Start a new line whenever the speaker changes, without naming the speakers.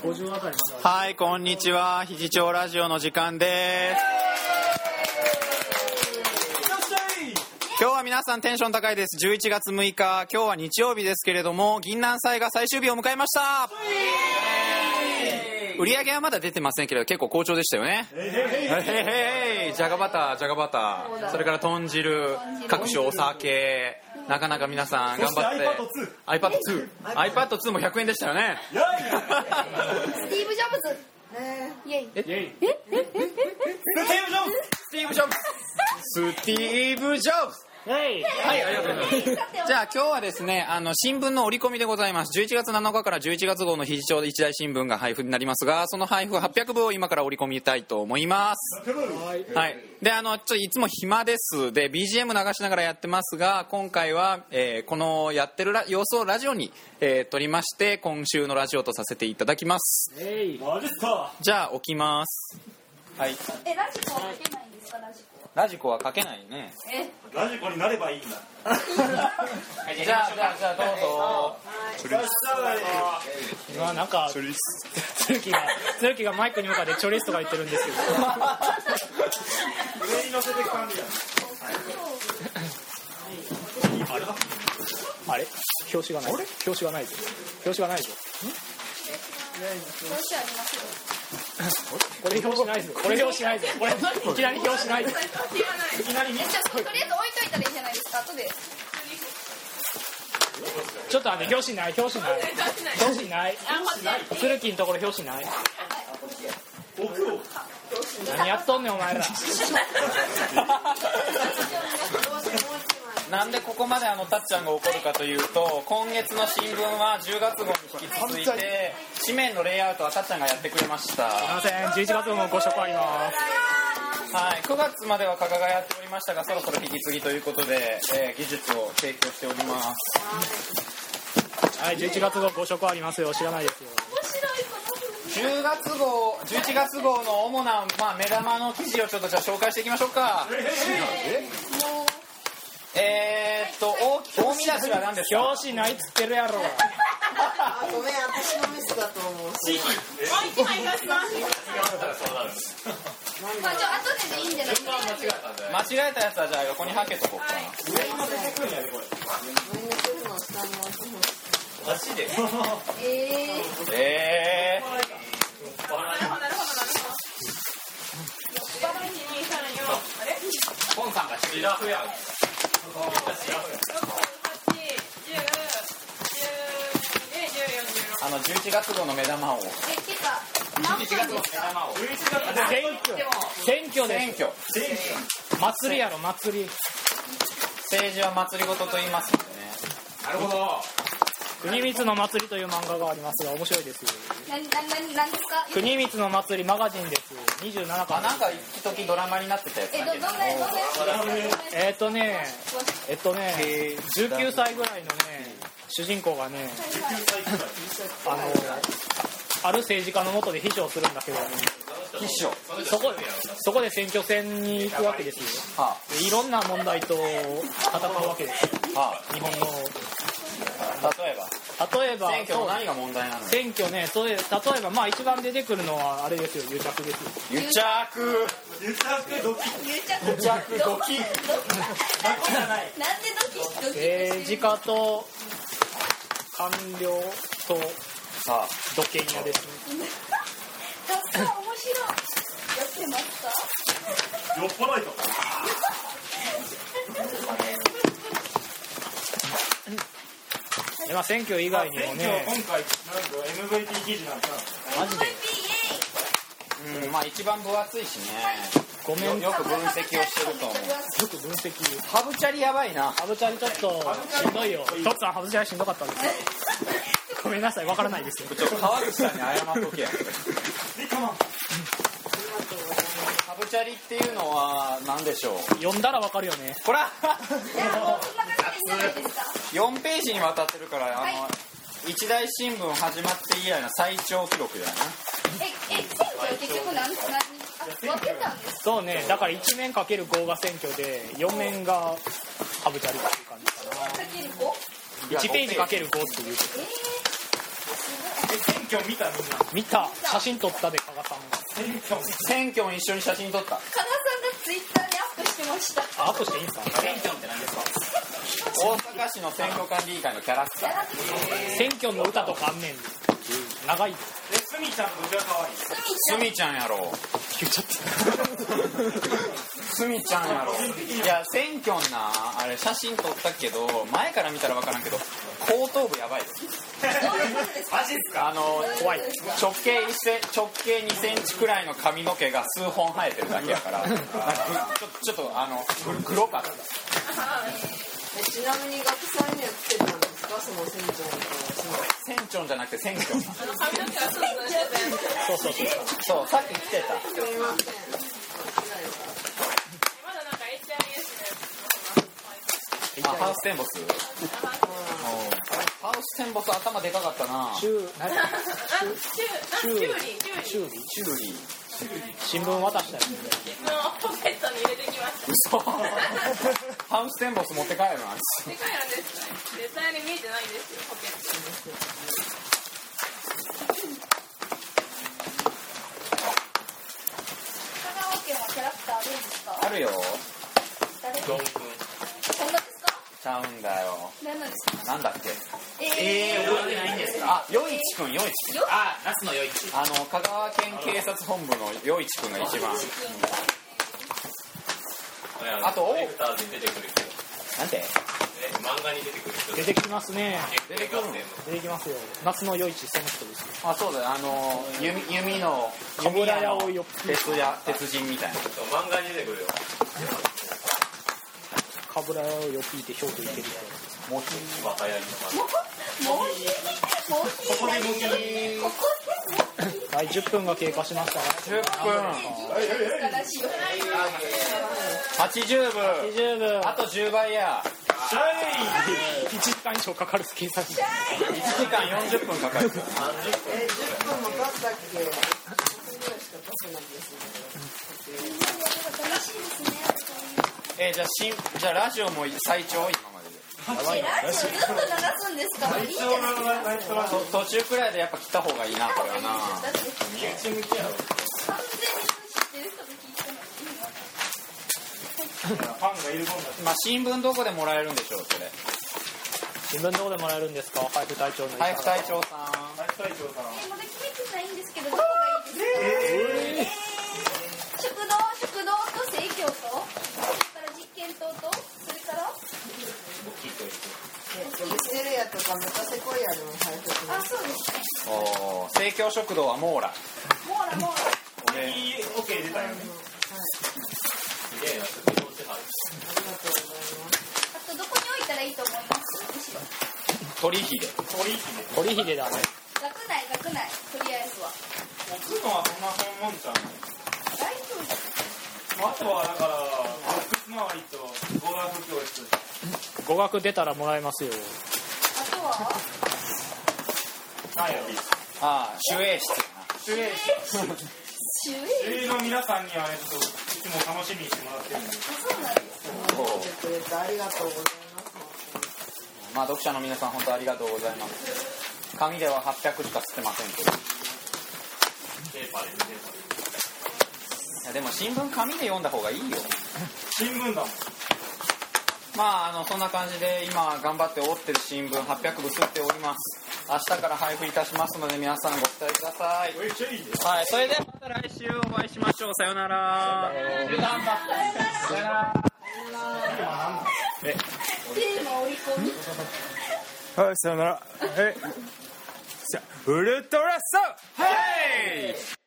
50あたり
はい、こんにちは。ひじちょうラジオの時間です。今日は皆さんテンション高いです。11月6日、今日は日曜日ですけれども、銀南祭が最終日を迎えました。売り上げはまだ出てませんけれど、結構好調でしたよね。へいへいじゃがバター、じゃがバター、それから豚汁、各種お酒、なかなか皆さん頑張って。iPad2。iPad2 も100円でしたよ ね。
スティーブ・ジョブズイェイ
イェ
ス
イ
ティーブ・ジョブズスティーブ・ジョブズ
はい
はい、ありがとうございます。
さて
じゃあ今日はですね、あの、新聞の折り込みでございます。11月7日から11月号の日常一大新聞が配布になりますが、その配布800部を今から折り込みたいと思います。
はい
はい。で、あの、ちょっといつも暇です。で、BGM 流しながらやってますが、今回は、えーこのやってるラ様子をラジオに、えー撮りまして、今週のラジオとさせていただきます。
イェイ
じゃあ、置きます。はい。
えラジコは書けないんですかラジコは
ラジコは書けないね。
え
ラジコになればいいんだ。
じゃあ、じゃあ、じゃあ、どうぞ。
うわなんかつるきがつるきがマイクに向かってチョリスとか言ってるんですけど
上に乗せていく感じだ。
あれ表紙がない表紙がないぞ表紙がないぞ
どうしてありますよ
これ表紙ないぞこれ表紙ないぞこれいきなり表紙ないぞ
いきなりえじゃあとりあえず置いといたらいいじゃないですか後で
ちょっとあの表紙ない表紙ない表紙ないつるきんところ表紙ない何やっとんねんお前ら
なんでここまであのたっちゃんが怒るかというと今月の新聞は10月号に引き続いて紙面のレイアウトはたっちゃんがやってくれました、
すい
は
ません11月号もご紹介あります
い、9月までは加賀がやっておりましたがそろそろ引き継ぎということで、えー技術を提供しております
はい11月号ご紹介ありますよ知らないですよ
10月号11月号の主な、まあ、目玉の記事をちょっとじゃあ紹介していきましょうかえー、っと大大見出しは何ですか
表紙ないっつってるや ろ
あごめん私のミスだと思う
まあじゃあ後ででいいんじゃないですか
間違えたやつはじゃあ横にはけとこうかな
上に乗せるの下に置くの
えー
えーポンさんが知らふやあの11月号の目玉を
えてか何分ですか
玉を
選挙選挙
選
で
挙
す祭りやろ祭り
政治は祭りごとと言いますのでね
国光の祭りという漫画がありますが面白いですよ
何何何何ですか
国光の祭りマガジンです27
あ
巻
なんか一時ドラマになってたやつ
えど
だ
ど
け
ん
ど
などんなやつですか
えっ、とねえっとね
へー
19歳ぐらいのね主人公がねあのある政治家のもとで秘書をするんだけど、ね、
秘書は
そこそこで選挙戦に行くわけですよ
あ
でいろんな問題と戦うわけですよ
は
日本の
あ例えば
例えば
選挙の何が問題なの
選挙ねそういう例えばまあ一番出てくるのはあれですよ癒着ですよ
癒着
言ったけど、
言っちゃった
癒着ドキ
なんでドキドキ
政治家と官僚と
さあ
土建屋ですね
たくさん面白いやってますか
酔っ払いと。
でまあ選挙以外にもね
今回、なんと MVP 記事なんだ。
マジで
MVP イェイ
うんまあ一番分厚いし
ごめ
ねよ
んよ
よく分析をしてると思う
く分析
ハブチャリやばいな
ハブチャリちょっとしんどいよトッツァンハブチャリしんどかったんですよごめんなさいわからないですよ
ちょっと川口さんに謝っとけや
リカマン。
ハブチャリっていうのは何でしょう
読んだらわかるよね
ほら
じゃあもうそんな感じでいいんじゃないですか
4ページにわたってるからあの、
はい
一大新聞始まって以来の最長記録だよね
ええ選挙結局何何あ分けたんです
そうねだから1面かける5が選挙で4面がハブチャリっていう感
かかける五
じ1ページかける5っていう
えー、すごい
選
キョン見たみんな
見た写真撮ったで加賀さんが
選挙
選挙も一緒に写真撮った
さんがツイッターにアップしてました。
あアップしていいんすか
選挙って何ですか大阪市の選挙管理委員会のキャラクター
選挙の歌とかあんねんで長い
えスミちゃんどちら可愛い
すみちゃんやろ
言っちゃった
すみちゃんやろいや選挙なあれ写真撮ったけど前から見たら分からんけど後頭部やばいよ
マジっすか
あの
怖い
直径1セン直径2センチくらいの髪の毛が数本生えてるだけや からなんかちょちょっとあのググロかった
えちなみに学祭には来てたんですかその船長のその
船長じゃなくて船長
そうそうそう
そうさっき来てた
すみません
あハウステンボスハウステンボス頭でかかったな
週何週日
キュウリ
新聞渡したよ
嘘ハウステンボス持って帰るのあいつ
絶対に見えてないですよ、ポケット。
香川県はキャラクターあるんですか
あるよ
誰
ドンくん
こんなですか
ちゃうんだよ
何なんですか
なんだっけ
えー、
覚えてないんですかあよいちくんよいちくん
よ
あ夏のよいちあの香川県警察本部のよいちくんが一番あと
レクターで出てくる人、
なんて
え漫画に出てくる人
出てきますね
出てくるの
出てきますよ夏の夜市その人です
あそうだよあの弓弓の
小
弓
倉
矢
屋
の
をよ
鉄や鉄人みたいな
漫画に出てくるよ
かぶら屋をよぴいてひょうといける
もうちょい
今流行り
もう引いてもう引いてここでもう引いて
はい10分が経過しました
10分
からしいよ
80分
20分
あと10倍や
シャイ
1時間以上かかる計算
1時間40分かかる からな
え10分も経ったっけ10分ぐらいしか経ってないですね
楽しいですね
えーじゃあしんじゃあラジオも最長今までで
えラジオずっと流すんですかいいです
貴重なナイストラ
と途中くらいでやっぱ来た方がいいなこれはな
だって完全に知ってる人で聞いても
ファンがいるもんだ
まあ新聞どこでもらえるんでしょうそれ
自分どこでもらえるんですか配布隊長の
配布隊長さん
ナイス隊長さん
えまだ決めてないんですけどどこがいいですか
え
食堂食堂と生協とそれから実験棟とそれから
えっとミステリアとかメタセコイアでも配布しま
あ
す
そうですね
おー生協食堂は網羅
モーラモーラ
いい OK 出たよね
あとどこに置い
ありがとうございます
たらいいと思いますむしろ
取引で
取引で
ー、鳥秀だね
学内学内とりあえずは
置くのはそんな本もんちゃう
大丈夫です
あとはだからバックス周りと語学教室
語学出たらもらえますよ
あとは
はいよ
ああ守衛室や
主演
周囲
主演の皆さんにはねちょっといつも楽しみにしてもらってるんで
あそうなんです
な
見てくれてありがとうございます
まあ読者の皆さん本当ありがとうございます紙では800しか吸ってませんけどいやでも新聞紙で読んだ方がいいよ
新聞だもん
まああのそんな感じで今頑張って折ってる新聞800部吸っております明日から配布いたしますので皆さんご期待ください
おいちょいで
はいそれではまた来週お会いしましょうさようなら油断ばっかりさよなら
テーマ織り込み
はいさよならえウルトラサウヘイ